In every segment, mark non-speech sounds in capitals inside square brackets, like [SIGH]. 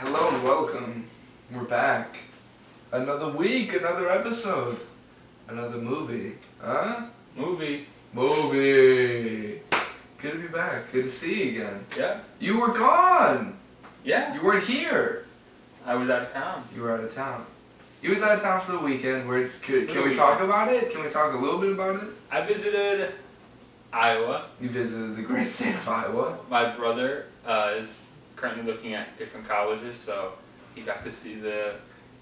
and welcome. We're back. Another week, another episode, another movie. Huh? Movie. Movie. Good to be back. Good to see you again. Yeah. You were gone. Yeah. You weren't here. I was out of town. You were out of town. You was out of town for the weekend. Where can, For can the we talk about it? Can we talk a little bit about it? I visited Iowa. You visited the great [LAUGHS] state of Iowa. My brother uh, is currently looking at different colleges, so he got to see the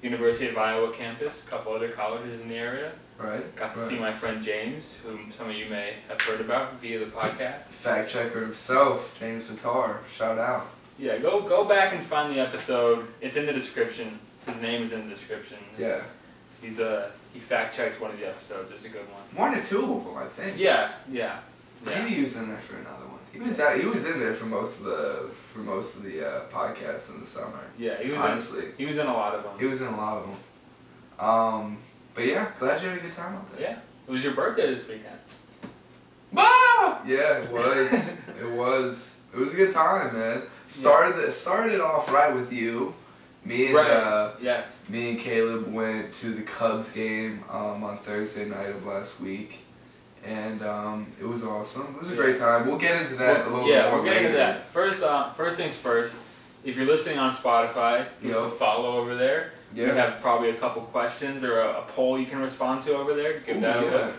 University of Iowa campus, a couple other colleges in the area. Right. Got to right. see my friend James, whom some of you may have heard about via the podcast. Fact checker himself, James Vitar. Shout out. Yeah, go go back and find the episode. It's in the description. His name is in the description. Yeah. He's uh he fact checked one of the episodes. It was a good one. One or two of them, I think. Yeah, yeah, yeah. Maybe he was in there for another one. He was out, he was in there for most of the for most of the uh, podcasts in the summer. Yeah, he was in honestly, He was in a lot of them. he was in a lot of them. Um, but yeah, glad you had a good time out there. Yeah. It was your birthday this weekend. Bah! Yeah, it was. [LAUGHS] it was. It was a good time, man. Started the, started it off right with you, me and Right. uh, Yes. me and Caleb went to the Cubs game um, on Thursday night of last week, and um, it was awesome. It was a great time. We'll get into that a Well, little yeah, bit more we're getting later. to that. First, uh, first things first. If you're listening on Spotify, give us a Yep. follow over there. Yeah. We have probably a couple questions or a, a poll you can respond to over there. Give Ooh, that a yeah. look.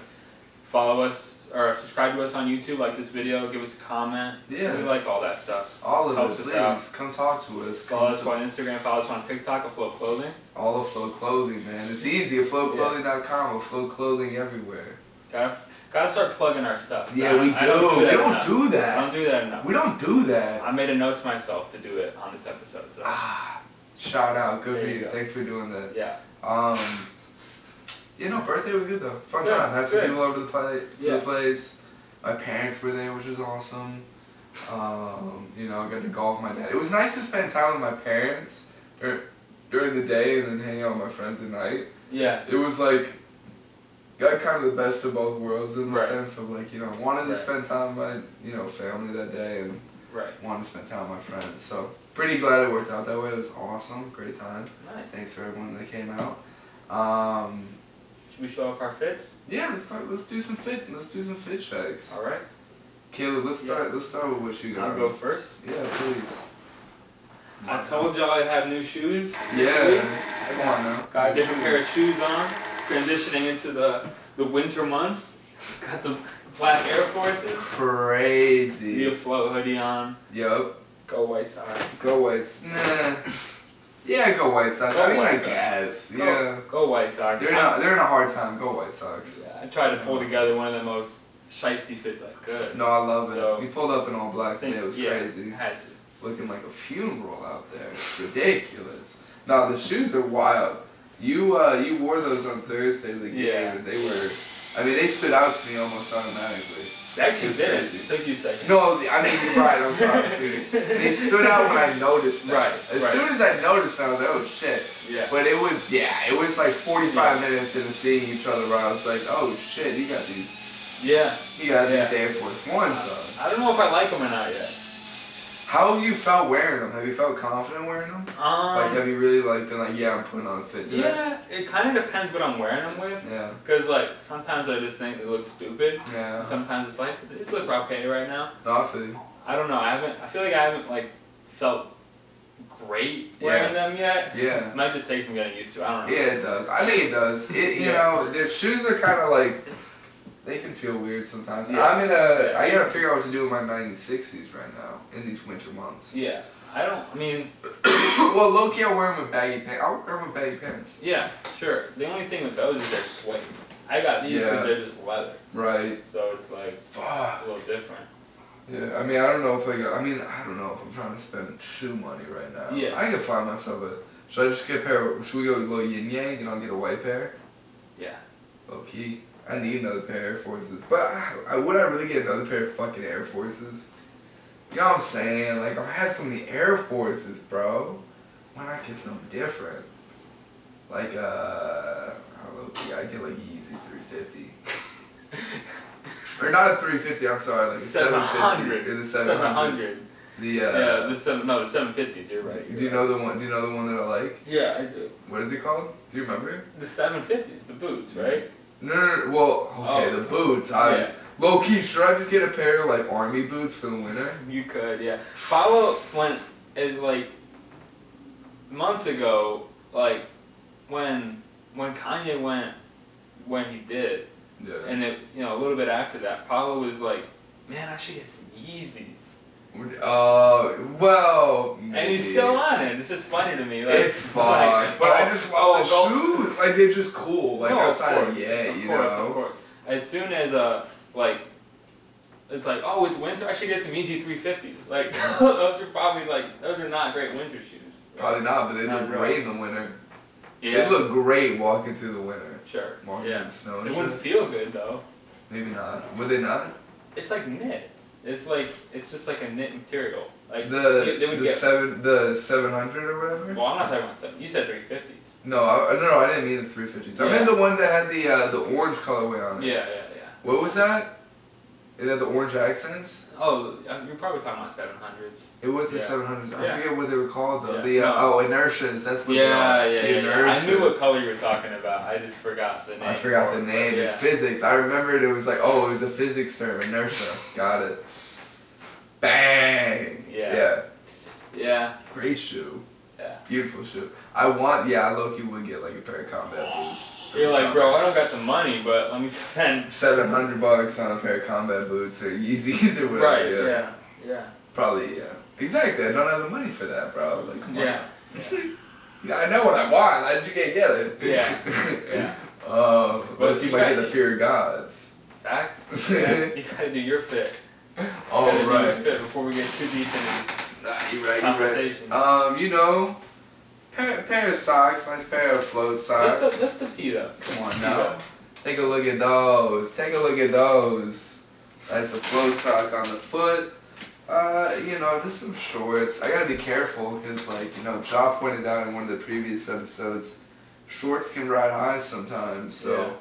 Follow us or subscribe to us on YouTube. Like this video. Give us a comment. Yeah. We like all that stuff. All of Helps it, us please. out. Come talk to us. Come Follow us on Instagram. Follow us on TikTok. Afloat Clothing. all of Flow Clothing, man. It's easy. Flowclothing.com or Flow Clothing everywhere. Got gotta start plugging our stuff. I Yeah, don't- we do. I don't do we that don't enough. do I that. don't do that enough. We don't do that. I made a note to myself to do it on this episode. So Ah, shout out. Good There for you you. go. Thanks for doing that. yeah, Um, you know, birthday was good though. Fun Yeah, time. Had some good. people over the play, to Yeah. the place. My parents were there, which was awesome. Um, you know, I got to golf with my dad. It was nice to spend time with my parents dur- during the day and then hang out with my friends at night. yeah, it was like got kind of the best of both worlds in the Right. sense of like you know wanted to Right. spend time with my you know family that day and right. wanted to spend time with my friends so pretty glad it worked out that way it was awesome great time Nice. thanks for everyone that came out um, Should we show off our fits? yeah let's start, let's do some fit let's do some fit checks All right. Caleb let's Yeah. start let's start with what you got I'll go first. yeah please I told y'all I'd have new shows. yeah come on now Got a different pair of shoes on. Transitioning into the the winter months. Got the black Air Forces. The crazy float hoodie on. yup Go White Sox. Go Whites. Nah. Yeah, go White Sox. Go I mean, White I Sox. guess. Go, Yeah. Go White Sox. They're in, a, they're in a hard time. Go White Sox. Yeah, I tried to pull together one of the most shiesty fits I could. No, I love it. So- we pulled up in all black Think- today. It was yeah, crazy. Had to. Looking like a funeral out there. It's ridiculous. No, the shoes are wild. You uh, you wore those on Thursday of the game. Yeah. and They were. I mean, they stood out to me almost automatically. They actually It's did. crazy. It took you a second. No, I mean you're right. I'm sorry. dude. They stood out when I noticed them. Right, As right. soon as I noticed them, I was like, oh shit. Yeah. But it was yeah, it was like 45 minutes into seeing each other. Where I was like, oh shit, you got these, Yeah. you got Yeah. these Air Force Ones on. I don't know if I like them or not yet. How have you felt wearing them? Have you felt confident wearing them? Um, like, have you really like been like, yeah, I'm putting on a fit today? yeah, it kind of depends what I'm wearing them with. Yeah. Cause like sometimes I just think it looks stupid. Yeah. And sometimes it's like this looks okay right now. No, I feel you. I don't know. I haven't. I feel like I haven't like felt great wearing them yet. Yeah. Might just take some getting used to. I don't know. Yeah, it does. I think it does. It, you Yeah. know, their shoes are kind of like, they can feel weird sometimes. Yeah. I'm in a, I Yeah. gotta figure out what to do with my 1960s right now in these winter months. Yeah. I don't. I mean, [LAUGHS] well, low key, I'll wear them with baggy pants. I'll wear them with baggy pants. yeah, sure. The only thing with those is they're suede. I got these Yeah. because they're just leather, Right. so it's like it's Fuck. a little different. Yeah, I mean, I don't know if I got, I mean, I don't know if I'm trying to spend shoe money right now. Yeah. I can find myself a, should I just get a pair, of, should we go with a little yin yang and I'll get a white pair? Yeah. Low key. I need another pair of Air Forces. But I, I, would I really get another pair of fucking Air Forces? You know what I'm saying? Like, I've had so many Air Forces, bro. Why not get something different? Like, uh, I don't know, yeah, I'd get like Yeezy 350. [LAUGHS] Or not a 350, I'm sorry, like a 750. 700. Or the 700. 700. The uh, yeah, the seven, no, the seven fifties. You're right. do you know the one? Do you know the one that I like? Yeah, I do. What is it called? Do you remember? The seven fifties, the boots, Mm-hmm. right? No, no, no, well, okay, Oh. the boots. I was low key. Should I just get a pair of like army boots for the winter? You could, yeah. Follow when it like months ago, like when when Kanye went when he did, Yeah. and it you know a little bit after that, Paulo was like, man, I should get some Yeezys, Uh, well. and he's still on it. It's just funny to me. Like, It's fine, [LAUGHS] like, but I oh, just oh, love go- the shoes. Like they're just cool. Like no, of outside of course, yeah, of you course, know. Of course, As soon as uh, like, it's like, oh, it's winter. I should get some easy three fifties. Like, [LAUGHS] those are probably like, those are not great winter shoes. Probably not, but they Not look really. great in the winter. Yeah. They look great walking through the winter. sure. Walking in Yeah. the snow and It wouldn't shit. feel good though. Maybe not. Would they not? It's like knit. It's like it's just like a knit material. Like The you- they would the get. seven the seven hundred or whatever. well, I'm not talking about stuff. You said three fifties. No, I, no, no, I didn't mean the three fifties. I Yeah. meant the one that had the uh, the orange colorway on it. Yeah, yeah, yeah. What was that? It had the orange accents. Oh, uh, you're probably talking about seven hundreds. It was the Yeah. 700s. I Yeah. forget what they were called though. Yeah. The uh, No. oh inertias. That's what they Yeah, are. yeah, the yeah, yeah. I knew what Inertias. color you were talking about. I just forgot the name. I forgot for the it, but name. It's yeah. physics. I remembered it was like, oh, it was a physics term, inertia. Got it. Bang. Yeah. Yeah. Yeah, Great shoe. yeah. Beautiful shoe. I want. Yeah, I low key would get like a pair of combat boots. You're like, bro, I don't got the money, but let me [LAUGHS] spend. Seven hundred bucks on a pair of combat boots [LAUGHS] or Yeezys or whatever. Right, yeah. yeah, yeah, Probably. Yeah. Exactly. I don't have the money for that, bro. Like, come on. yeah, Yeah, I know what I want. I just can't get it. Yeah. [LAUGHS] yeah. Oh, But but you you might get got- the fear of gods. [LAUGHS] Facts. Yeah, you gotta do your fit. Oh, You gotta do your right. fit before we get too deep into this Nah, you're right. You're right. conversation. Um, you know, pair, pair of socks, nice pair of float lift, socks. the, lift the feet up. Come on feet now. up. Take a look at those. Take a look at those. That's a float sock on the foot. Uh, you know, just some shorts. I gotta be careful because, like, you know, Ja pointed out in one of the previous episodes, shorts can ride high sometimes. So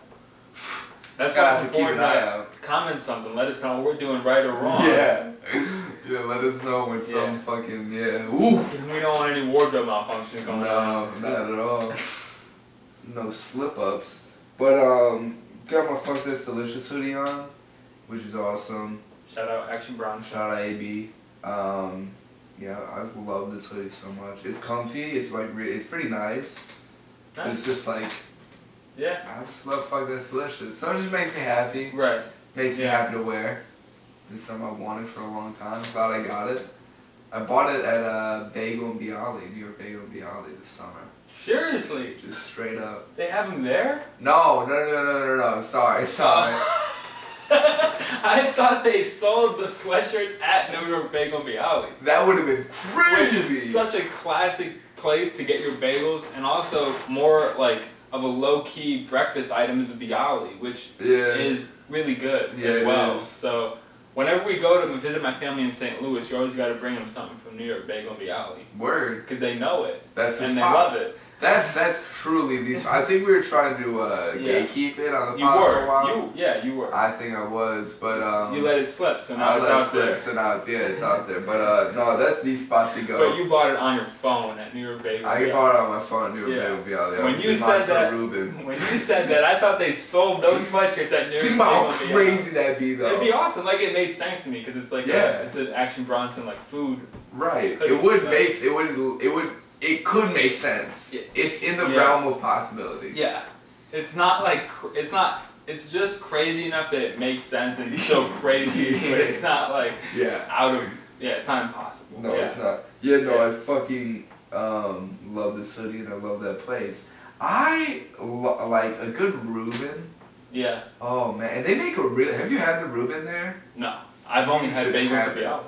gotta That's why it's have to keep an important eye to out. comment something. Let us know what we're doing right or wrong. Yeah. [LAUGHS] yeah. Let us know when some fucking yeah. Ooh. We don't want any wardrobe malfunctions going on. No, not at all. No slip ups. But um got my fuck this delicious hoodie on, which is awesome. Shout out Action Brown. Shout out A B. Um yeah, I've loved this hoodie so much. It's comfy, it's like re- it's pretty nice. but It's Nice. just like Yeah. I just love fuck that's delicious. Some just makes me happy. Right. Makes me Yeah. happy to wear. It's something I wanted for a long time. Glad I got it. I bought it at uh, Bagel and Bialy, New York Bagel and Bialy this summer. Seriously, Just straight up. they have them there? No, no, no, no, no, no. Sorry, sorry. [LAUGHS] I thought they sold the sweatshirts at New York Bagel Alley, that would have been which crazy. is such a classic place to get your bagels, and also more like of a low key breakfast item is Bialy, which yeah. is really good Yeah, it as well. is. So whenever we go to visit my family in St. Louis, you always got to bring them something from New York Bagel Alley Word. because they know it That's the and they spot. love it. That's that's truly these. I think we were trying to uh, Yeah. gatekeep it on the You pod for a were, while. you yeah, you were. I think I was, but um. you let it slip, so now I it's let it out slip, there. so now it's yeah, it's out there. But uh, no, that's the spot to go. But you bought it on your phone at New York Bagel. I [LAUGHS] Alley. bought it on my phone. New Yeah. York Bagel Bialy. When Obviously you mine said for that- Reuben. When you said that, I thought they sold those [LAUGHS] sweatshirts at New York. Think about how Bagel Alley. crazy that'd be though. It'd be awesome. Like it made sense to me because it's like a- Yeah. it's an Action Bronson like food. Right. Like, It would uh, make it would it would it could make sense. Yeah. It's in the Yeah. realm of possibility. Yeah, it's not like cr- it's not. It's just crazy enough that it makes sense and [LAUGHS] it's still crazy, but it's not like Yeah. out of yeah. It's not impossible. No, yeah. it's not. Yeah, no, Yeah. I fucking um, love this hoodie and I love that place. I lo- like a good Reuben. Yeah, Oh man, and they make a real. Have you had the Reuben there? no. I've only You had should bagels have and it. Bialys.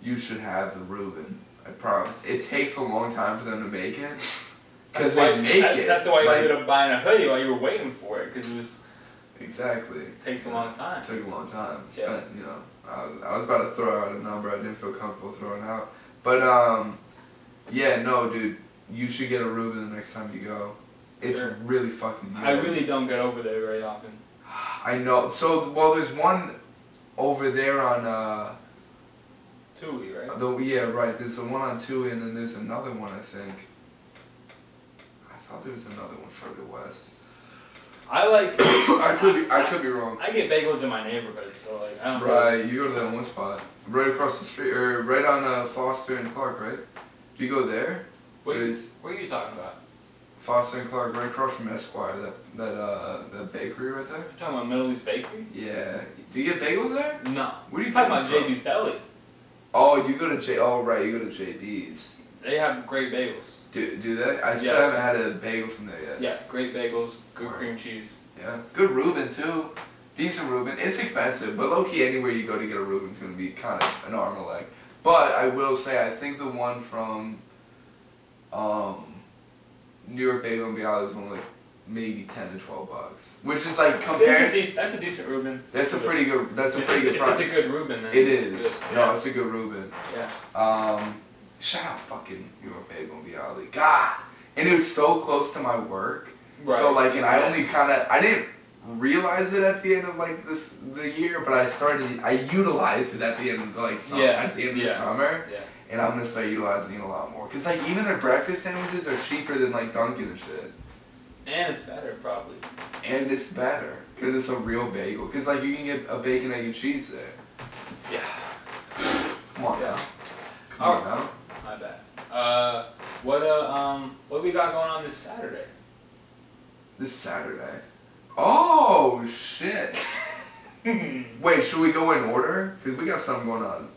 You should have the Reuben. I promise. It takes a long time for them to make it. Because That's they why- make that- it. That's why you like- ended up buying a hoodie while you were waiting for it because it was, Exactly. takes a long time. It took a long time. Yeah. Spent, you know, I was, I was about to throw out a number I didn't feel comfortable throwing out. But, um, yeah, no, dude, you should get a Reuben the next time you go. It's Sure. really fucking good. I really don't get over there very often. I know. So, well, there's one over there on, uh, Tui, right? The, yeah, right. There's the one on two, and then there's another one. I think. I thought there was another one further west. [COUGHS] I like. I could be. I could be wrong. I get bagels in my neighborhood, so like I don't. Right, you go to that one spot, right across the street, or right on uh, Foster and Clark, right? Do you go there? What, It you, is what are you talking about? Foster and Clark, right across from Esquire, that that uh, that bakery right there. You talking about Middle East Bakery? Yeah. Do you get bagels there? No. What are you You talking about getting from? JB's Deli? Oh, you go to J. Oh, right, you go to JB's. They have great bagels. Do do they? I still Yes. haven't had a bagel from there yet. Yeah, great bagels, good Alright. cream cheese. Yeah, good Reuben too. Decent Reuben. It's expensive, but low key anywhere you go to get a Reuben's gonna be kind of an arm and a leg. But I will say I think the one from um, New York Bagel and Beyond is only like maybe ten to twelve bucks, which is like There's a compared. dec- that's a decent Reuben. That's a pretty good. That's a If pretty it's, good if it's price. a good Reuben, then It it's is. Good. No, Yeah. it's a good Reuben. yeah. Um, shout out fucking New York Bagel and Beyond. God, and it was so close to my work. Right. So like, and I Yeah. only kind of I didn't realize it at the end of like this the year, but I started I utilized it at the end of like summer, Yeah, at the end of the yeah. summer, Yeah. and I'm gonna start utilizing it a lot more. Cause like even their breakfast sandwiches are cheaper than like Dunkin' and shit, And it's better probably. and it's better cause it's a real bagel. Cause like you can get a bacon egg and cheese there. Yeah. Come on Yeah. now, come on Oh. now. My bad. Uh, what uh um what we got going on this Saturday? [LAUGHS] This Saturday. Oh shit. [LAUGHS] yeah, Wait, should we go in order? Cause we got something going on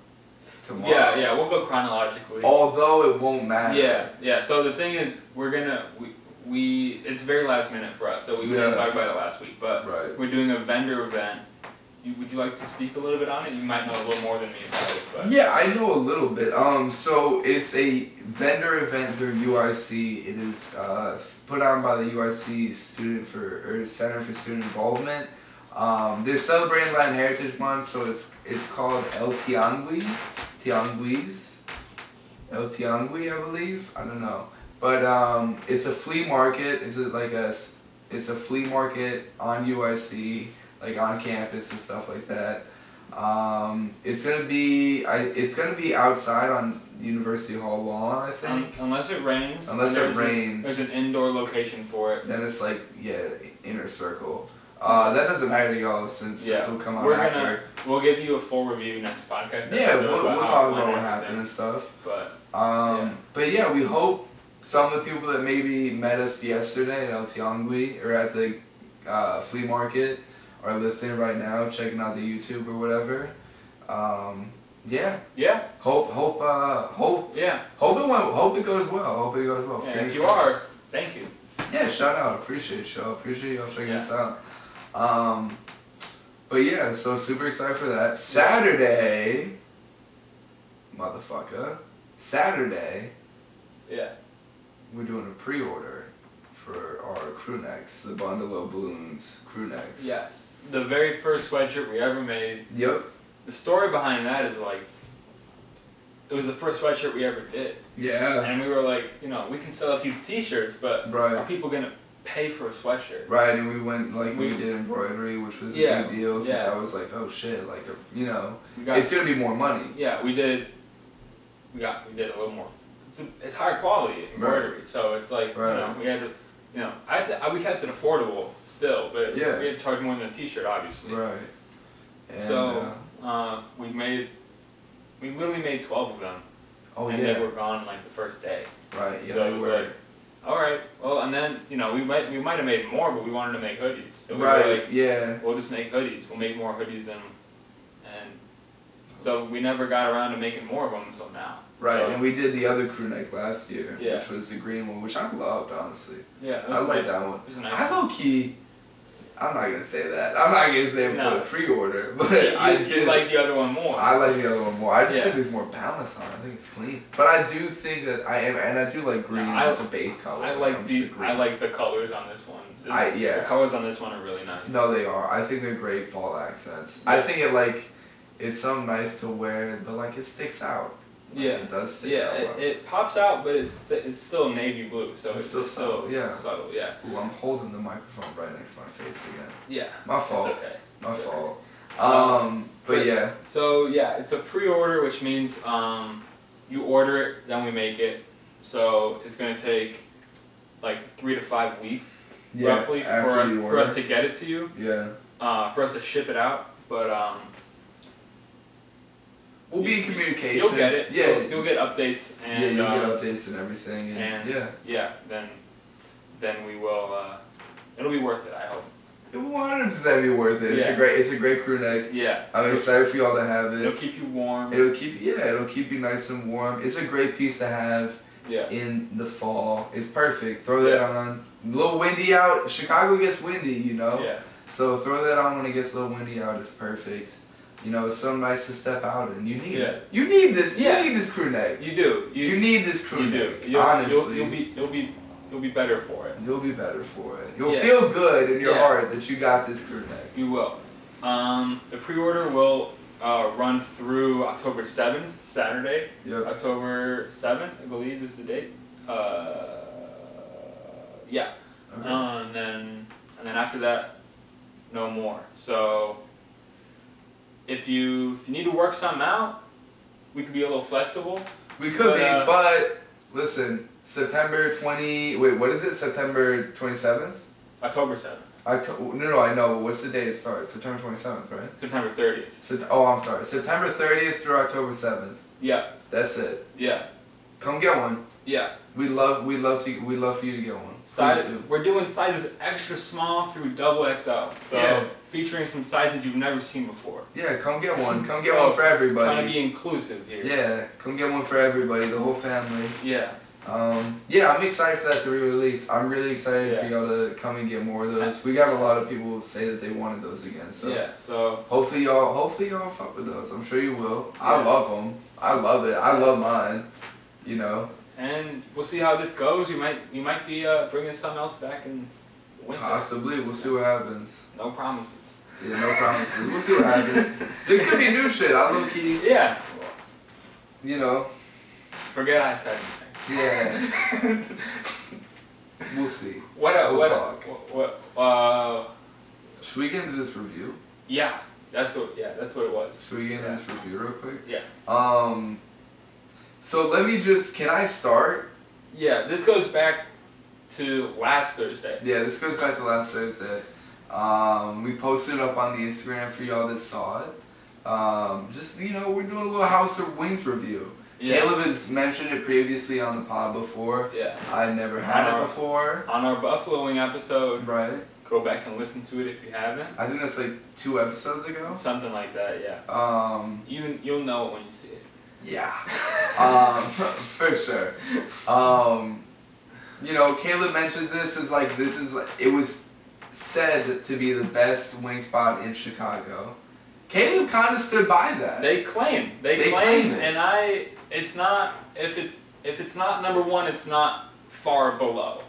tomorrow. yeah. We'll go chronologically. Oh, Although it won't matter. Yeah, yeah. So the thing is, we're gonna we we it's very last minute for us, so we Yeah. didn't talk about it last week, but Right. we're doing a vendor event. You, would you like to speak a little bit on it? You might know a little more than me about it, but Yeah, I know a little bit. Um, so it's a vendor event through UIC. It is uh, put on by the UIC Student for or Center for Student Involvement. Um, they're celebrating Latin Heritage Month, so it's it's called El Tiangui, Tianguis, El Tiangui, I believe. I don't know, but um, it's a flea market. It's a, like a s- it's a flea market on UIC, like on campus and stuff like that. Um, it's gonna be I, it's gonna be outside on University Hall lawn, I un- think. unless it rains, Unless it there's a- rains. there's an indoor location for it. Then it's like yeah, inner circle. Uh, that doesn't matter to y'all since this Yeah. will come out We're after. We'll give you a full review next podcast. yeah, episode we'll, about we'll how talk it went about what and happened everything, and stuff. But Um, Yeah. but yeah, we hope some of the people that maybe met us yesterday at El Tiangui or at the uh, flea market are listening right now, checking out the YouTube or whatever. Um, yeah, yeah, hope hope uh, hope yeah. Hope it went. Hope it goes well. Hope it goes well. And Fingers if you are, crossed. thank you. yeah, shout out. Appreciate y'all. Appreciate y'all checking Yeah. us out. Um, but yeah, so super excited for that Saturday, motherfucker. Saturday, Yeah. we're doing a pre-order for our crew necks, the Bundalo Balloons crew necks. Yes. The very first sweatshirt we ever made. Yep. The story behind that is like, it was the first sweatshirt we ever did, Yeah. and we were like, you know, we can sell a few T-shirts, but are Right. people gonna pay for a sweatshirt? Right, and we went like we, We- did embroidery, which was Yeah, a big deal. 'cause yeah. I was like, oh shit, like you know, We got it's gonna be more money. Yeah, we did. We got we did a little more. It's, it's higher quality embroidery, so it's like Right. you know we had to, you know, I, th- I we kept it affordable still, but Yeah. we had to charge more than a T-shirt, obviously. Right. And, So uh, we made, we literally made twelve of them, uh, oh and they yeah, were gone like the first day. right. Yeah, so they it was were. like, all right, well, and then you know we might we might have made more, but we wanted to make hoodies, so we right. were like, yeah. we'll just make hoodies. We'll make more hoodies than, and so we never got around to making more of them until now. right, so- and we did the other crew neck last year, Yeah. which was the green one, which I loved honestly. Yeah, I like that one. It was a nice. I low key. I'm not gonna say that. I'm not gonna say No. for pre-order, [LAUGHS] [LAUGHS] but You- you- I you did. like the other one more. I like the other one more. I just Yeah. think there's more balance on. it. I think it's clean, but I do think that I am, and I do like green I- as a base color. I I'm like the sure green. I like the colors on this one. The- I- yeah. The colors on this one are really nice. No, they are. I think they're great fall accents. I think it like it's so nice to wear, but like it sticks out. Like, Yeah. it does stick Yeah, out. it, it pops out, but it's it's still navy blue, so It's it's, still subtle, yeah. subtle. Yeah, Ooh, I'm holding the microphone right next to my face again. yeah. My It's fault. okay. My it's okay. fault. Um, but yeah, So yeah, it's a pre-order, which means um, you order it, then we make it. So it's gonna take like three to five weeks yeah. roughly after for, you for order. us to get it to you, yeah. uh, for us to ship it out. But um, We'll be in You- communication. you'll get it. Yeah. You'll, you'll get updates and yeah, you'll uh, get updates and everything. And, and- yeah. yeah, then then we will. Uh, it'll be worth it. I hope. It wanted to say be worth it. It's a Yeah. great it's a great crew neck. Yeah. I'm it'll, excited for y'all to have it'll it. keep you warm. It'll keep yeah, it'll keep you nice and warm. It's a great piece to have yeah. in the fall. It's perfect. Throw that on. A little windy out. Chicago gets windy, you know. Yeah. So throw that on when it gets a little windy out. It's perfect. You know, it's something nice to step out in. You need Yeah. it. You need this. Yeah. You need this crew neck. You do. You, You, need this crew you do. neck. You'll, honestly. You'll, you'll be you'll be you'll be better for it. You'll be better for it. You'll Yeah. feel good in your Yeah. heart that you got this crew neck. You will. Um, the pre-order will uh, run through October seventh, Saturday. Yep. October seventh, I believe, is the date. Uh, yeah. Okay. Uh, and then and then after that, no more. So if you if you need to work something out, we could be a little flexible. we could be, but, uh, but listen, September twenty. Wait, what is it? September twenty seventh. October seventh, October. No, no, I know. But what's the day it starts? September twenty seventh, right? September thirtieth. Sept- oh, I'm sorry. September thirtieth through October seventh. Yeah, That's it. yeah, Come get one. yeah. We love. We love to. We love for you to get one. Please Size, do. we're doing sizes extra small through double XL. So Yeah. featuring some sizes you've never seen before. Yeah, come get one. Come [LAUGHS] get So, one for Oh, Trying everybody. to be inclusive here. Yeah, come get one for everybody. The whole family. Yeah. Um, yeah, I'm excited for that to re-release. I'm really excited for Yeah. y'all to come and get more of those. We got a lot of people who say that they wanted those again, so Yeah. So hopefully y'all, hopefully y'all fuck with those. I'm sure you will. I Yeah. love them. I love it. I love mine. You know, and we'll see how this goes. You might you might be uh, bringing something else back in the winter. possibly we'll see what happens. No promises. Yeah, no promises. We'll see what happens. There could be new shit. I low key, Yeah. you know. Forget I said Yeah, anything. we'll see. [LAUGHS] what uh, We'll what, talk. what what uh Should we get into this review? yeah that's what yeah that's what it was. Should we get into this review real quick? Yes. Um, so let me just. Can I start? yeah. This goes back to last Thursday. Yeah, this goes back to last Thursday. Um, we posted it up on the Instagram for y'all that saw it. Um, just you know, we're doing a little House of Wings review. Yeah. Caleb has mentioned it previously on the pod before. Yeah. I never had it Wow. before. On our buffalo wing episode, Right. go back and listen to it if you haven't. I think that's like two episodes ago. Something like that. Yeah. Um, You you'll know it when you see it. yeah. Um, for sure. Um, you know, Caleb mentions this as like this is like it was said to be the best wing spot in Chicago. Caleb kind of stood by that. They claim. They, They claim, claim it. and I. It's not. If it's if it's not number one, it's not far below.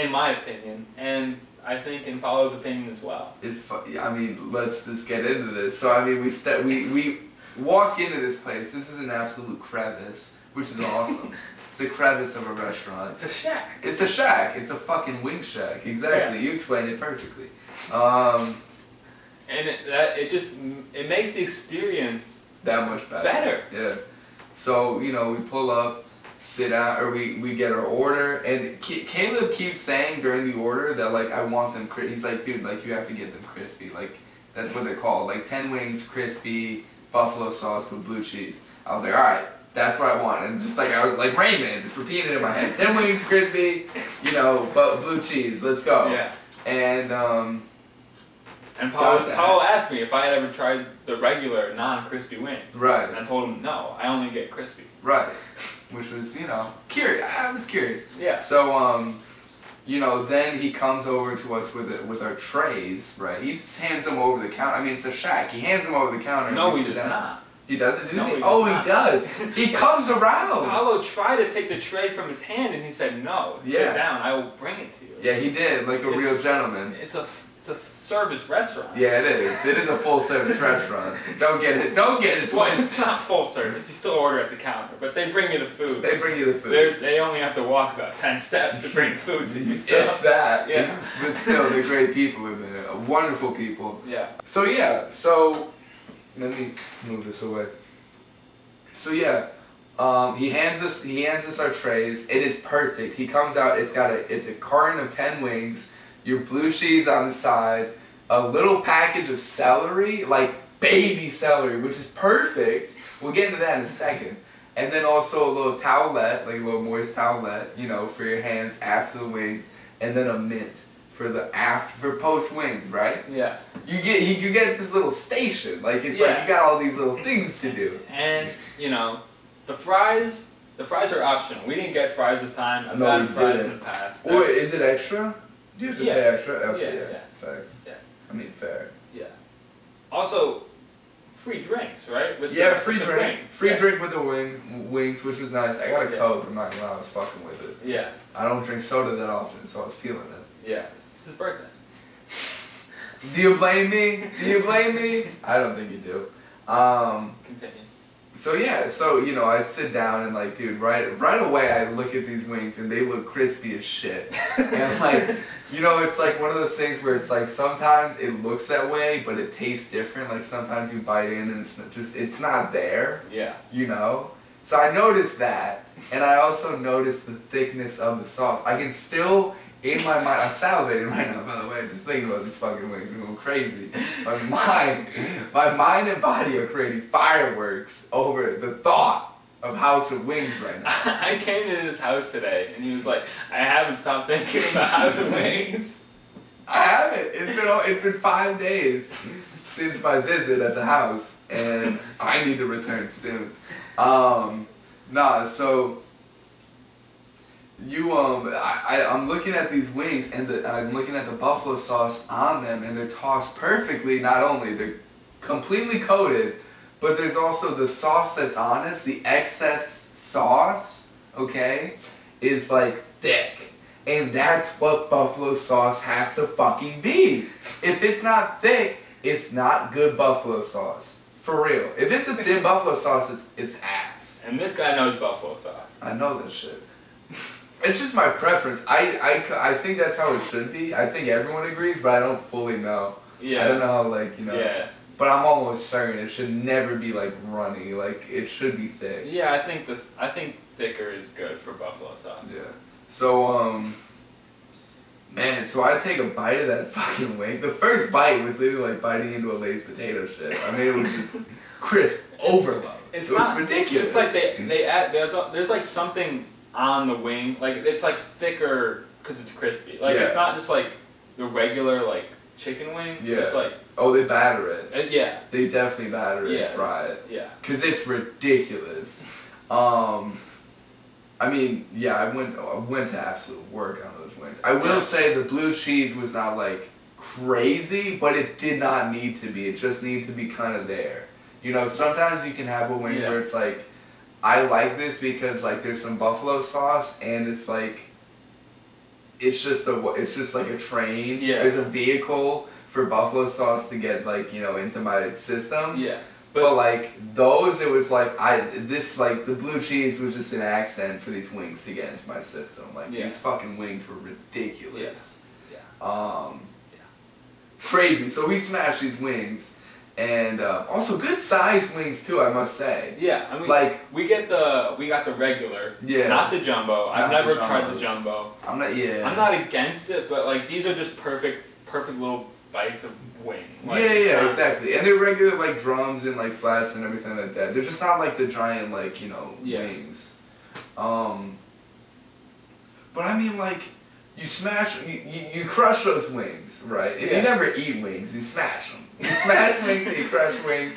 In my opinion, and I think in Paolo's opinion as well. If I mean, let's just get into this. So I mean, we step we we walk into this place. This is an absolute crevice, which is awesome. it's a crevice of a restaurant. It's a shack. It's a shack. It's a fucking wing shack. Exactly. You explained it perfectly. Um, And it, that it just m- it makes the experience that much better. better. Yeah. So you know, we pull up, sit out, or we we get our order, and Ca- Caleb keeps saying during the order that like I want them. Cri-. He's like, dude, like you have to get them crispy. Like that's what they're called. Like ten wings, crispy, buffalo sauce with blue cheese. I was like, all right. That's what I want, and just like I was like Raymond, just repeating it in my head. Ten wings, crispy, you know, but blue cheese. Let's go. Yeah. And um, And Got Paolo, that. Paolo asked me if I had ever tried the regular non crispy wings. Right. And I told him no. I only get crispy. Right. Which was, you know, curious. I was curious. Yeah. So, um, you know, then he comes over to us with it with our trays, right? He just hands them over the counter. I mean, it's a shack. He hands them over the counter. and No, we he sit does down. not. He doesn't do No, he? he does Oh, not. he does. [LAUGHS] He Oh. comes around. Paolo tried to take the tray from his hand and he said, No, sit Yeah. down, I will bring it to you. Yeah, he did, like a real It's- gentleman. It's a, it's it's a service restaurant. Yeah, it is. It is a full service restaurant. Don't get it. Don't get it [LAUGHS] Well, it's twisted. not full service. You still order at the counter, but they bring you the food. They bring you the food. There's, they only have to walk about ten steps to bring food to you. So. If that. Yeah. But still, they're great people in there. Wonderful people. [LAUGHS] Yeah. So yeah. So let me move this away. So yeah. Um, he hands us he hands us our trays. It is perfect. He comes out. It's got a it's a carton of ten wings. Your blue cheese on the side. A little package of celery, like baby celery, which is perfect. We'll get into that in a second. And then also a little towelette, like a little moist towelette, you know, for your hands after the wings. And then a mint for the after for post wings, right? Yeah. You get you, you get this little station. Like it's like Yeah. you got all these little things to do. And you know, the fries. The fries are optional. We didn't get fries this time. I've No, gotten we fries didn't. in the past. Or is it extra? Do you have to Yeah. pay extra? Okay, Yeah, yeah, yeah. Facts. Yeah. I mean fair. Yeah. Also, free drinks, right? With yeah, the- free with the drink. wings. Free yeah. drink with the wing wings, which was nice. I got a Yeah. coke, I'm not gonna lie, I was fucking with it. Yeah, I don't drink soda that often, so I was feeling it. yeah. It's his birthday. Do you blame me? Do you blame [LAUGHS] me? I don't think you do. Um Continue. So yeah, so you know, I sit down and like, dude, right right away I look at these wings and they look crispy as shit. And like, you know, it's like one of those things where it's like sometimes it looks that way, but it tastes different. Like sometimes you bite in and it's not- just it's not there, [LAUGHS] Yeah. [LAUGHS] you know. So I noticed that, and I also noticed the thickness of the sauce. I can still in my mind, I'm salivating [LAUGHS] right now. By the way, just thinking about these fucking wings, I'm going crazy. My mind, my mind and body are creating fireworks over the thought of House of Wings right now. I came to his house today, and he was like, "I haven't stopped thinking [LAUGHS] about House of Wings." I haven't. It's been it's been five days since my visit at the house, and I need to return soon. Um, nah, so you um, I, I I'm looking at these wings, and the, I'm looking at the buffalo sauce on them, and they're tossed perfectly. Not only they're completely coated, but there's also the sauce that's on it. The excess sauce, okay, is like thick. And that's what buffalo sauce has to fucking be. If it's not thick, it's not good buffalo sauce. For real. If it's a thin buffalo sauce, it's, it's ass. And this guy knows buffalo sauce. I know that shit. [LAUGHS] It's just my preference. I, I, c- I think that's how it should be. I think everyone agrees, but I don't fully know. Yeah. I don't know how, like, you know. Yeah. But I'm almost certain it should never be, like, runny. Like, it should be thick. Yeah. I think the I think thicker is good for buffalo sauce. Yeah. So um man, so I take a bite of that [LAUGHS] fucking wing. The first bite was literally like biting into a Lay's potato chip. I mean it was [LAUGHS] just crisp overload. It's it was not ridiculous. It's like they they add there's a- there's like something on the wing like it's like thicker because it's crispy. Like Yeah. it's not just like the regular like chicken wing. Yeah. It's like Oh, they batter it. uh, yeah They definitely batter it Yeah. and fry it. yeah. Cause it's ridiculous. Um I mean, yeah, I went I went to absolute work on those wings. I will Yeah. say the blue cheese was not like crazy, but it did not need to be. It just needed to be kind of there. You know, sometimes you can have a wing Yeah. where it's like, I like this because like there's some buffalo sauce and it's like, it's just a wa- it's just like a train. Yeah. There's a vehicle for buffalo sauce to get like you know into my system. Yeah. But, like those, it was like I this like the blue cheese was just an accent for these wings to get into my system. Like Yeah. these fucking wings were ridiculous. Yeah. Um, Yeah. Crazy. So we smashed these wings, and uh, also good sized wings too. I must say. Yeah. I mean Like we get the we got the regular, yeah, not the jumbo. I've Not the never tried the jumbos. jumbo. I'm not. Yeah. I'm not against it, but like these are just perfect perfect little bites of wing. Like, yeah, it's yeah, not- exactly. And they're regular like drums and like flats and everything like that. They're just not like the giant like you know Yeah. wings. Um. But I mean, like, you smash, you, you, you crush those wings, right? And Yeah. you never eat wings, you smash them. You smash wings and you crush wings.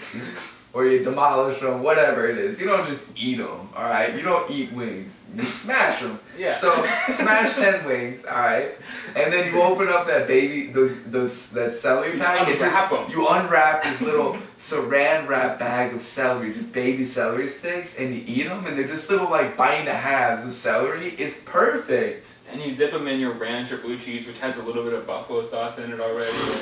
or you demolish them, whatever it is. You don't just eat them, all right? You don't eat wings. You smash them. Yeah. So smash ten wings, all right? And then you open up that baby, those those that celery You pack. it just- unwrap 'em. You unwrap this little Saran wrap bag of celery, just baby celery sticks, and you eat them, and they're just little like bind the halves of celery. It's perfect. and you dip them in your ranch or blue cheese, which has a little bit of buffalo sauce in it already. And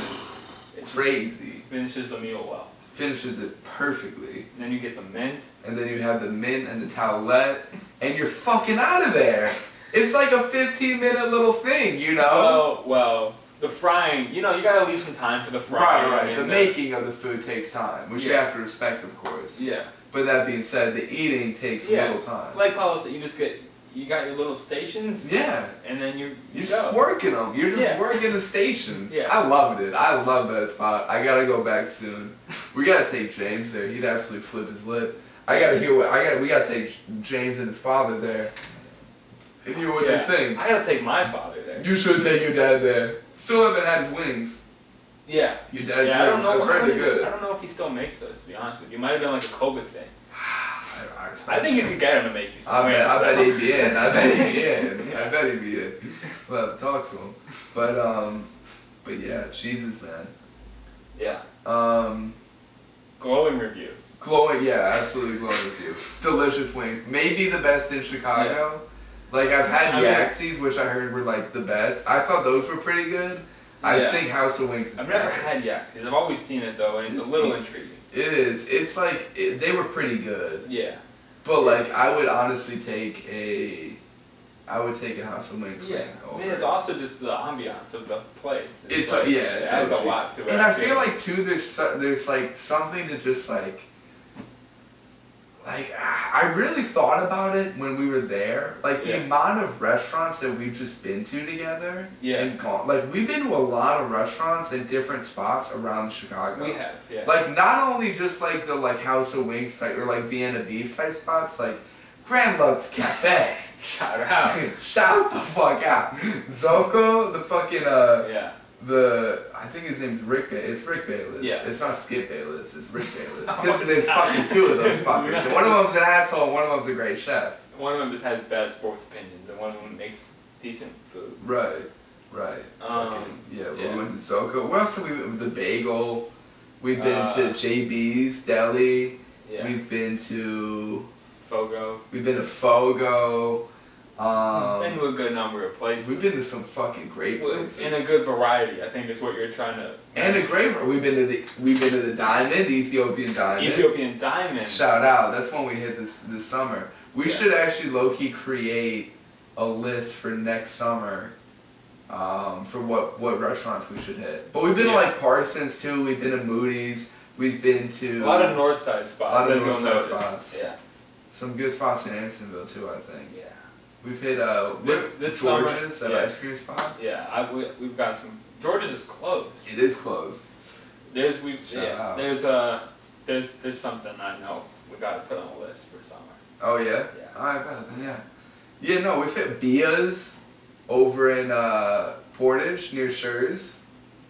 it just Crazy. finishes the meal well. Finishes it perfectly. And then you get the mint. and then you have the mint and the towelette, and you're fucking out of there. It's like a 15 minute little thing, you know? Well, well, the frying. You know, you gotta leave some time for the right, frying. right. The and making of the food takes time, which you Yeah. have to respect, of course. Yeah, But that being said, the eating takes Yeah. little time. like Paula said, you just get you got your little stations, yeah. and then you you You're go. just working them. You're just Yeah. working the stations. Yeah. I loved it. I love that spot. I gotta go back soon. We gotta take James there. He'd absolutely flip his lip. I gotta hear what I got. to We gotta take James and his father there, and hear what yeah. they think. I gotta take my father there. You should take your dad there. Still haven't had his wings. Yeah. Your dad's yeah, I don't wings know. are I, really don't, I good. [SIGHS] don't know if he still makes those. To be honest with you, might have been like a COVID thing. I, I, I think you could get him to make you some. I bet, I bet wings, he'd be in. I bet he'd [LAUGHS] be in. I Yeah. bet he'd be in. We'll have to talk to him. But um, but yeah, Jesus man. so. Yeah. Um, Glowing review. glowing. Yeah, absolutely glowing with you. Delicious wings. Maybe the best in Chicago. Like I've I had mean- Yaxi's, which I heard were like the best. I thought those were pretty good. I Yeah. think House of Wings. Is I've never better. had Yaxis. I've always seen it though, and it's a It's little neat. intriguing. It is. It's like it, they were pretty good. Yeah. But like, I would honestly take a, I would take a House of Wings Yeah. wing I over. mean, it's also just the ambiance of the place. It's like, a- yeah, It it's adds a so lot to it. and I feel like too, there's so, there's like something to just like, like ah, I really thought about it when we were there. Like the Yeah. amount of restaurants that we've just been to together Yeah. and gone. Like we've been to a lot of restaurants and different spots around Chicago. we have. Yeah. Like not only just like the like House of Wings like or like Vienna beef type spots, like Grand Lux Cafe. [LAUGHS] Shout out. [LAUGHS] Shout the fuck out. Zoko, the fucking uh yeah. the I think his name's Rick ba- it's Rick Bayless. Yeah. It's not Skip Bayless, it's Rick [LAUGHS] Bayless. No, Because it's there's not. fucking two of those [LAUGHS] fuckers. And one of them's an asshole and one of them's a great chef. One of them just has bad sports opinions, and one of them makes decent food. Right. Right. Um, Fucking- yeah, yeah. we went to Zoko. Where else have we been? The bagel. We've been Uh, to JB's Deli. Yeah. We've been to Fogo. We've been to Fogo. been Um, to a good number of places. we've been to some fucking great places. in a good variety, I think is what you're trying to. and a great. We've been to the we've been to the Diamond, Ethiopian Diamond. Ethiopian diamond. Shout out! That's one we hit this this summer. We Yeah. should actually low key create a list for next summer. Um, for what what restaurants we should hit, but we've been Yeah. to like Parsons too. We've been to Moody's. We've been a to lot of north side spots. lot of as you'll north side notice. spots. Yeah. some good spots in Andersonville too. I think Yeah. we've hit uh This- this summer, George's that yeah. ice cream spot. Yeah. I, we, we've got some. George's is closed. It is closed. There's we've Shout yeah, out. there's uh there's there's something I know we gotta put on a list for summer. Oh yeah. Yeah. I bet. Yeah. Yeah. No, we've hit Bia's over in uh, Portage near Shures.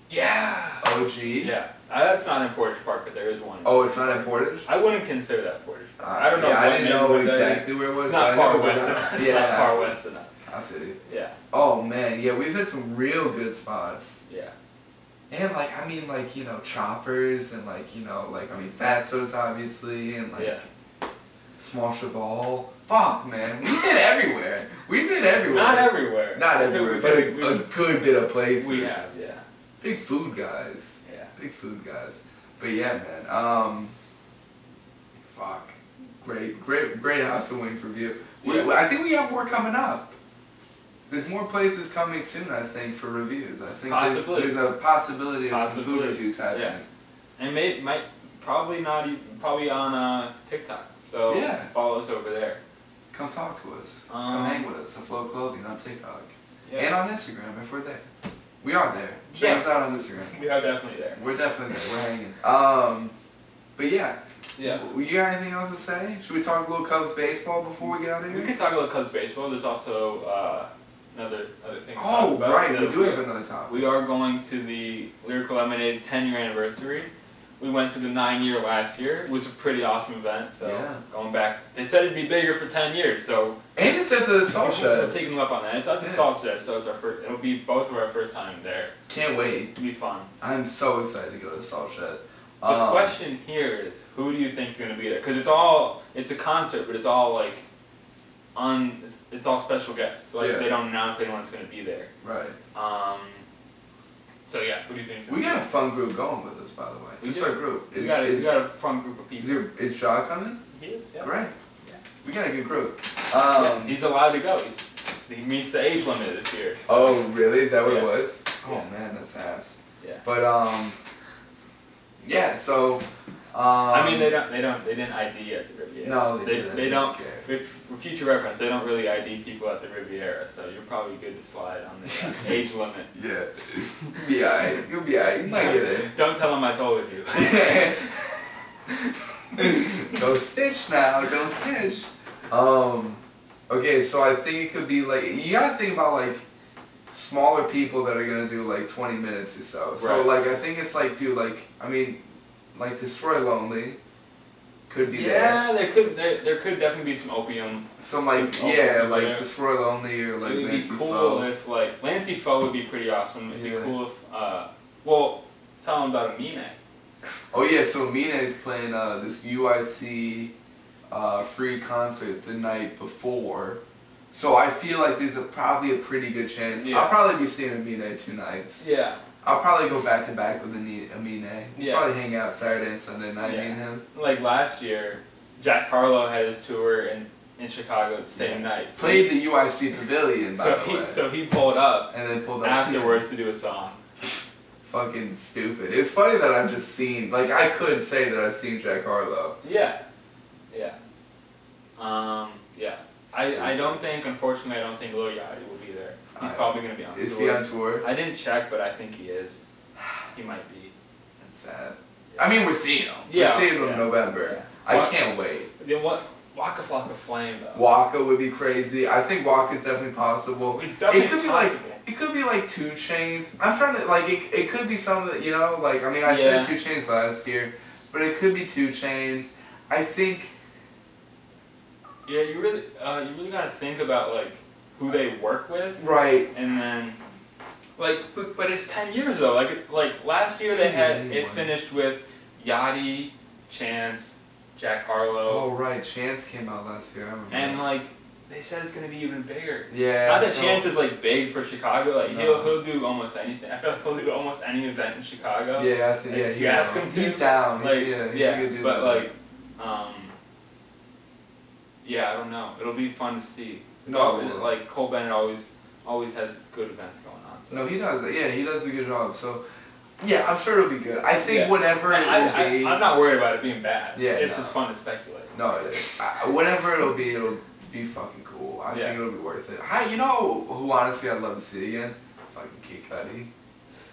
Yeah. OG. Yeah. Uh, that's not in Portage Park, but there is one. Oh, it's not in Portage. I wouldn't consider that Portage. Uh, Park. I don't know. Yeah, I what didn't know neighborhood that is. exactly where it was. It's but not I know far it was west around- enough. It's yeah. not far west enough. I feel you. Yeah. Oh man, yeah, we've hit some real good spots. Yeah. And like I mean like, you know, choppers and like, you know, like I mean fatso's obviously and like yeah. small cheval. Fuck man. We've been [LAUGHS] everywhere. We've been everywhere. Not everywhere. Not We- everywhere, we- but we- a, a good bit of places. we have. Yeah. Big food guys. Yeah. Big food guys. But yeah, man. Um, fuck. Great, great, great House of Wings review. We, Yeah. I think we have more coming up. There's more places coming soon, I think, for reviews. I think there's, Possibly. there's a possibility of some Possibly. food reviews happening. And may might probably not even probably on uh, TikTok. So Yeah. follow us over there. Come talk to us. Um, Come hang with us. Afloat Clothing on TikTok. Yeah. And on Instagram if we're there. We are there. Check Yeah. us out on Instagram. we are definitely there. We're definitely there. We're hanging. Um, but yeah. Yeah. W- You got anything else to say? Should we talk a little Cubs baseball before we get out of We here? could talk about Cubs baseball. There's also uh, another other thing. to talk Oh, about right. that We do have another topic. We are going to the Lyrical Lemonade 10 year anniversary. We went to the nine year last year. It was a pretty awesome event. So Yeah. going back, they said it'd be bigger for ten years. So And it's [LAUGHS] at the salt we're shed. taking them up on that. It's at the Yeah. salt shed, so it's our first. It'll be both of our first time there. Can't wait. It'll be fun. I'm so excited to go to the salt shed. The Um, question here is, who do you think is going to be there? Because it's all, it's a concert, but it's all like, on, it's, it's all special guests. Like Yeah. they don't announce anyone that's going to be there. Right. Um, so yeah, who do you think? We got a fun group going with us, by the way. We Just do. our group. We Is, got, a, we is, got a fun group of is, people. your, is Shaw coming? He is. Yeah. Great. Yeah. We got a good group. Um, He's allowed to go. He's, he meets the age limit this year. Oh, really? Is that what Yeah. it was? Oh Yeah. man, that's ass. Yeah. But um, yeah. So, um, I mean, they don't, they don't, they didn't ID at the Riviera. No, they they, didn't. they don't. Okay. For, for future reference, they don't really ID people at the Riviera, so you're probably good to slide on the uh, age limit. Yeah. [LAUGHS] You'll be alright. You'll be alright. You might get it. Don't tell him I told [LAUGHS] you. don't snitch now. Don't snitch. Um, okay, so I think it could be like you gotta think about like smaller people that are gonna do like twenty minutes or so. So Right. like I think it's like dude, like I mean, like destroy lonely could be there. yeah, there could there, there could definitely be some opium. Some like Some open yeah, to like there. destroy lonely or like it would Nancy be cool Foe. if like Lancy Foe would be pretty awesome. It'd Yeah. be cool if uh well tell him about Amine. Oh yeah, so Mina is playing uh, this UIC uh, free concert the night before. So I feel like there's a, probably a pretty good chance. Yeah. I'll probably be seeing Amine two nights. Yeah, I'll probably go back to back with Ani- Amine. We'll Yeah. probably hang out Saturday and Sunday night, me Yeah. and him. like last year, Jack Harlow had his tour in in Chicago the same night. So Played the UIC Pavilion, by so the way. he so he pulled up and then pulled up afterwards to do a song. Fucking stupid. It's funny that I've just seen, like, I could say that I've seen Jack Harlow. Yeah, yeah, um, yeah. I, I don't think unfortunately I don't think Lil Yachty will be there. He's I- probably gonna be on Is tour. he on tour? I didn't check, but I think he is. He might be. That's sad. I mean, we're seeing them. Yeah, We're seeing them yeah. in November. Yeah. I Wha- can't wait. Then what? Waka Flocka Flame though. Waka would be crazy. I think Waka's definitely possible. It's definitely it could be possible. like it could be like two chains. I'm trying to like it. It could be something you know. Like I mean, I Yeah. said two chains last year, but it could be two chains. I think yeah, you really, uh, you really gotta think about like who they work with, right. and then like, but, but it's ten years though. Like, it- like last year they Could be had it anyone. finished with Yachty, Chance, Jack Harlow, Oh right, Chance came out last year. I remember. and like they said it's gonna be even bigger. yeah, Not that so- Chance is like big for Chicago. Like No. he'll he'll do almost anything. I feel like he'll do almost any event in Chicago. Yeah, I think, If yeah. you he ask will. him to, he's down. He's- Like, yeah, yeah, he's gonna do but that. like, um, yeah, I don't know. It'll be fun to see. It's No, all- it will. like Cole Bennett always always has good events going on. So. no, he does. it. Yeah, he does a good job. So, yeah, I'm sure it'll be good. I think Yeah. whatever And it will I, be. I, I'm not worried about it being bad. Yeah, it's no. just fun to speculate. No, it is. I, whatever it'll be, it'll be fucking cool. I Yeah. think it'll be worth it. Hi, you know who honestly I'd love to see again? Fucking Kid Cudi.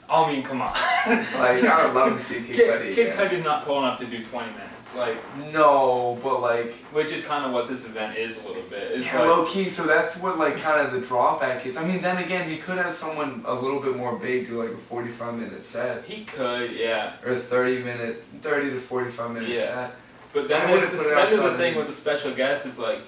I mean, come on. Like I would love to see Kid, Cudi [LAUGHS] Kid, Kid again. Cudi's not pulling up to do 20 minutes, like, No, but like. which is kind of what this event is a little bit. It's yeah, like, low key, so that's what like kind of the drawback is. I mean, then again, you could have someone a little bit more big do like a forty-five minute set he could, yeah, or a thirty minute, thirty to forty-five minute Yeah. set. but I then there's wouldn't the, put it then there's the outside thing of with the special guest is like,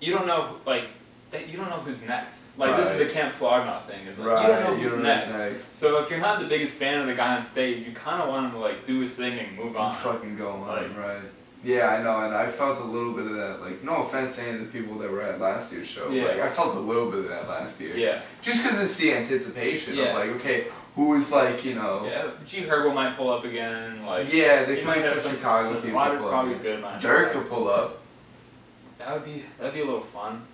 you don't know, who- like, that you don't know who's next. Like this is Right. the Camp Flogmouth thing. Is like Right, you don't know who's you don't know next. who's next. So if you're not the biggest fan of the guy on stage, you kind of want him to like do his thing and move on. fucking go on, Like- right? Yeah, I know, and I felt a little bit of that. Like, no offense to any of the people that were at last year's show, Yeah. but, like I felt a little bit of that last year. Yeah, Just because it's the anticipation Yeah. of like, okay, who is like, you know, yeah. G Herbo might pull up again. Like yeah, you there could might be have some some Chicago some- people a lot of pull up. probably good ones. Dirk could pull up. That would be that'd be a little fun.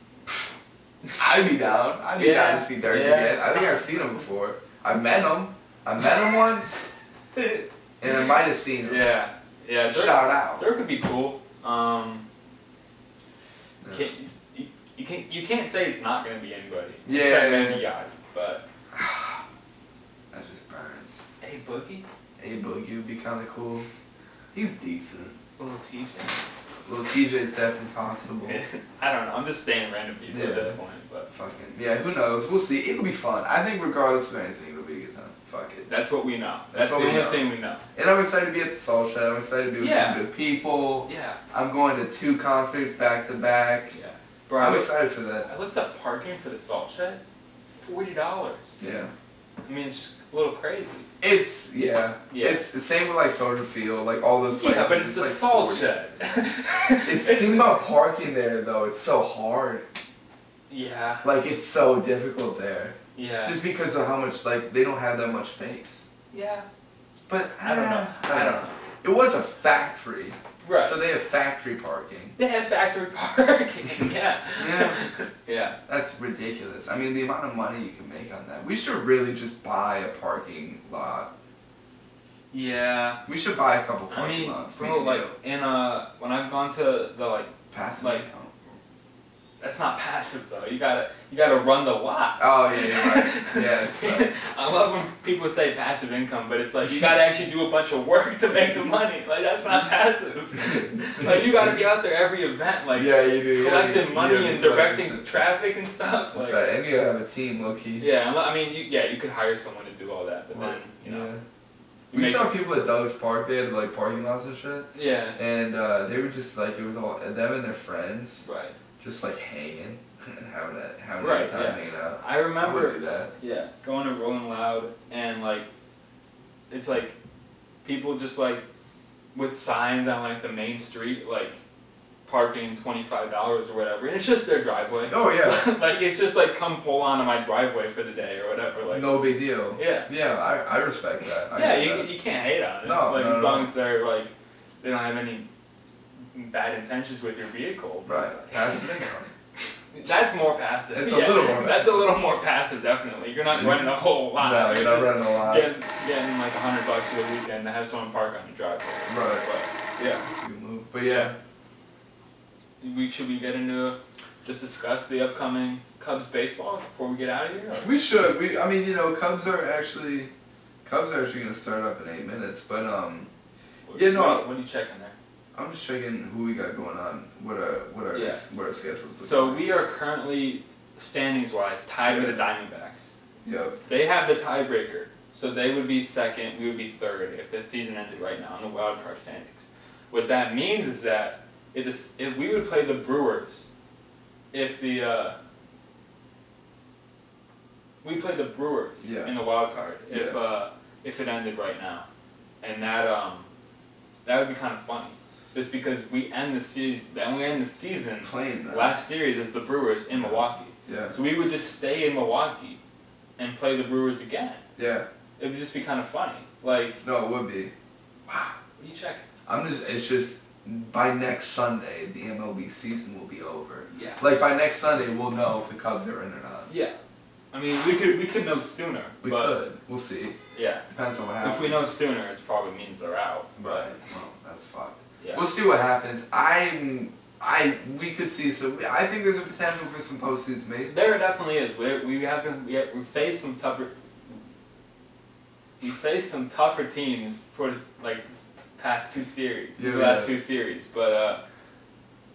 I'd be down. I'd be Yeah, down to see Dirk yeah. again. I think I've seen him before. I met him. I met him [LAUGHS] once, and I might have seen him. yeah, yeah. Dirk, Shout out. Dirk would be cool. Um, Yeah. can't, you, you can't you can't say it's not gonna be anybody. Yeah. Except maybe Yachty, but That just burns. hey, Boogie, Hey, Boogie would be kind of cool. He's decent. little TJ. Little TJ's definitely possible. [LAUGHS] I don't know. I'm just staying random people at this Yeah. point, but Fucking yeah, who knows? We'll see. It'll be fun. I think regardless of anything, it'll be a good time. Fuck it. That's what we know. That's That's, what the we only know. thing we know. And I'm excited to be at the Soul Show. I'm excited to be with Yeah. some good people. Yeah. I'm going to two concerts back to back. Yeah. Bro, I, I'm was, excited for that. I looked up parking for the salt shed. Forty dollars. Yeah. I mean, it's just a little crazy. It's yeah. Yeah. It's the same with like Soldier Field, like all those places. yeah, but it's, the like salt 40. shed. [LAUGHS] It's, It's- thinking about parking there though. It's so hard. yeah. Like it's so difficult there, Yeah. just because of how much like they don't have that much space. yeah. But I don't know. I don't know. It was a factory, Right. so they have factory parking. They have factory [LAUGHS] parking. yeah. Yeah. yeah. That's ridiculous. I mean, the amount of money you can make on that. We should really just buy a parking lot. Yeah. We should buy a couple I parking mean, lots. bro, maybe like in uh, when I've gone to the like, passive like- income. that's not passive though. You gotta you gotta run the lot. Oh [LAUGHS] yeah, you're [LAUGHS] right. yeah, it's facts. I love when people say passive income, but it's like you gotta actually do a bunch of work to make the money. Like [LAUGHS] that's not passive. like you gotta be out there every event, like yeah, you do. You gotta collecting be- money you gotta be and collecting directing shit. traffic and stuff. That's Like, right. And you gotta have a team, low key. yeah, unle- I mean, you, yeah, you could hire someone to do all that, but then you know, Yeah. you We make- saw people at Douglas Park. They had like parking lots and shit, yeah, and uh, they were just like it was all them and their friends right. just like hanging [LAUGHS] and having a having a Right, good time yeah. hanging out. I I would remember do that. Yeah, going to Rolling Loud and like, it's like, people just like, with signs on like the main street like, parking twenty five dollars or whatever, and it's just their driveway. Oh yeah, [LAUGHS] like it's just like come pull onto my driveway for the day or whatever. Like no big deal. yeah, Yeah, I, I respect that. I yeah, get you, that. you can't hate on it. No, like no, as no. long as they're like, they don't have any bad intentions with your vehicle. right. Passive [LAUGHS] income. That's more passive. It's a yeah. little more That's a little more passive, definitely. You're not running a whole lot. no, you're not just- running a lot. Getting, getting like a hundred bucks for the weekend to have someone park on your driveway. Right. But yeah, That's a good move. But yeah, we should we get into just discuss the upcoming Cubs baseball before we get out of here? we should. We I mean you know Cubs are actually Cubs are actually gonna start up in eight minutes, but um. Or- Yeah, no. What, what are you checking there? I'm just checking who we got going on. What our what our Yeah. what our schedules. look So like. we are currently standings wise tied with the Diamondbacks. Yep. They have the tiebreaker, so they would be second. We would be third if the season ended right now in the wild card standings. What that means is that if, this, if we would play the Brewers, if the uh, we play the Brewers Yeah. in the wild card, if uh, if it ended right now, and that um, that would be kind of funny, just because we end the season. Then we end the season. Playing that. Last series is the Brewers in Milwaukee. Yeah. So we would just stay in Milwaukee and play the Brewers again. Yeah. It would just be kind of funny. Like, No, it would be. wow, what are you checking? I'm just. It's just by next Sunday the MLB season will be over. Yeah. Like by next Sunday we'll know if the Cubs are in or not. Yeah. I mean, we could we could know sooner. We but could. We'll see. Yeah. Depends on what happens. If we know sooner, it probably means they're out. Right. But Well, that's fucked. yeah. We'll see what happens. I'm. I we could see so I think there's a potential for some postseason baseball. There definitely is. We're, we have been we, have, we faced some tougher. We faced some tougher teams towards like this past two series, Yeah, the last yeah. two series, but uh,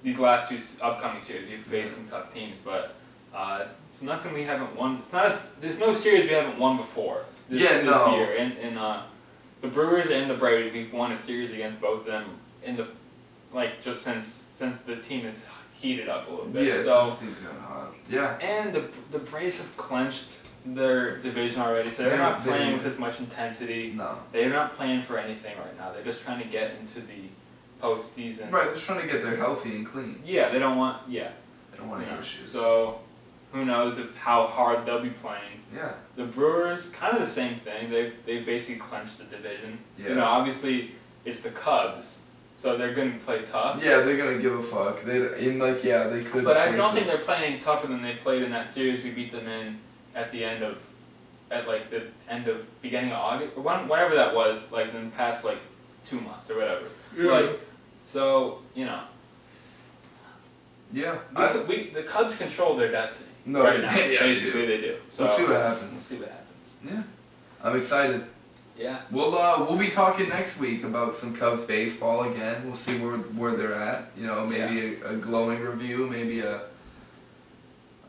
these last two s- upcoming series, we faced some tough teams, but uh, it's nothing we haven't won. It's not. A, s- there's no series we haven't won before. This, Yeah, this no. year, and and uh, the Brewers and the Braves, we've won a series against both of them in the like just since since the team is heated up a little bit. Yeah, so since Steve's going hot. Yeah. and the the Braves have clenched their division already, so they're, They're- not playing they're- with as much intensity. No. They're not playing for anything right now. They're just trying to get into the postseason. Right, just trying to get there healthy and clean. Yeah, they don't want. Yeah. I don't want you any know, issues. So, who knows if how hard they'll be playing? yeah, The Brewers, kind of the same thing. They they basically clenched the division. yeah, You know, obviously it's the Cubs, so they're going to play tough. yeah. They're gonna give a fuck. They in like yeah, they could. But I face don't think they're us. playing any tougher than they played in that series we beat them in at the end of, at like the end of beginning of August or when, whatever that was, like in the past like two months or whatever. Like, so you know, yeah. we, I, we the Cubs control their destiny No, right yeah, now. yeah, they basically, do. they do. So We'll see what happens. We'll see what happens. I'm excited. Yeah, We'll uh, we'll be talking next week about some Cubs baseball again. We'll see where where they're at. You know, maybe a, a glowing review, maybe a.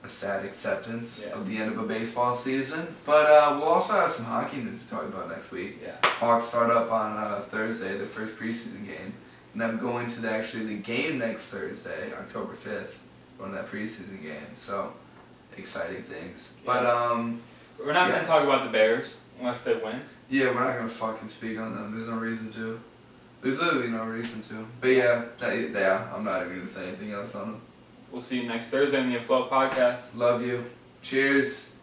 a sad acceptance Yeah. of the end of a baseball season. But uh, we'll also have some hockey news to talk about next week. Yeah. Hawks start up on uh, Thursday, the first preseason game, and I'm going to the, actually the game next Thursday, October fifth, going to that preseason game. So exciting things. But um, We're not Yeah. gonna talk about the Bears unless they win. yeah, we're not gonna fucking speak on them. There's no reason to. There's literally no reason to. But yeah, that, yeah, I'm not even gonna say anything else on them. We'll see you next Thursday on the Afloat Podcast. Love you. Cheers.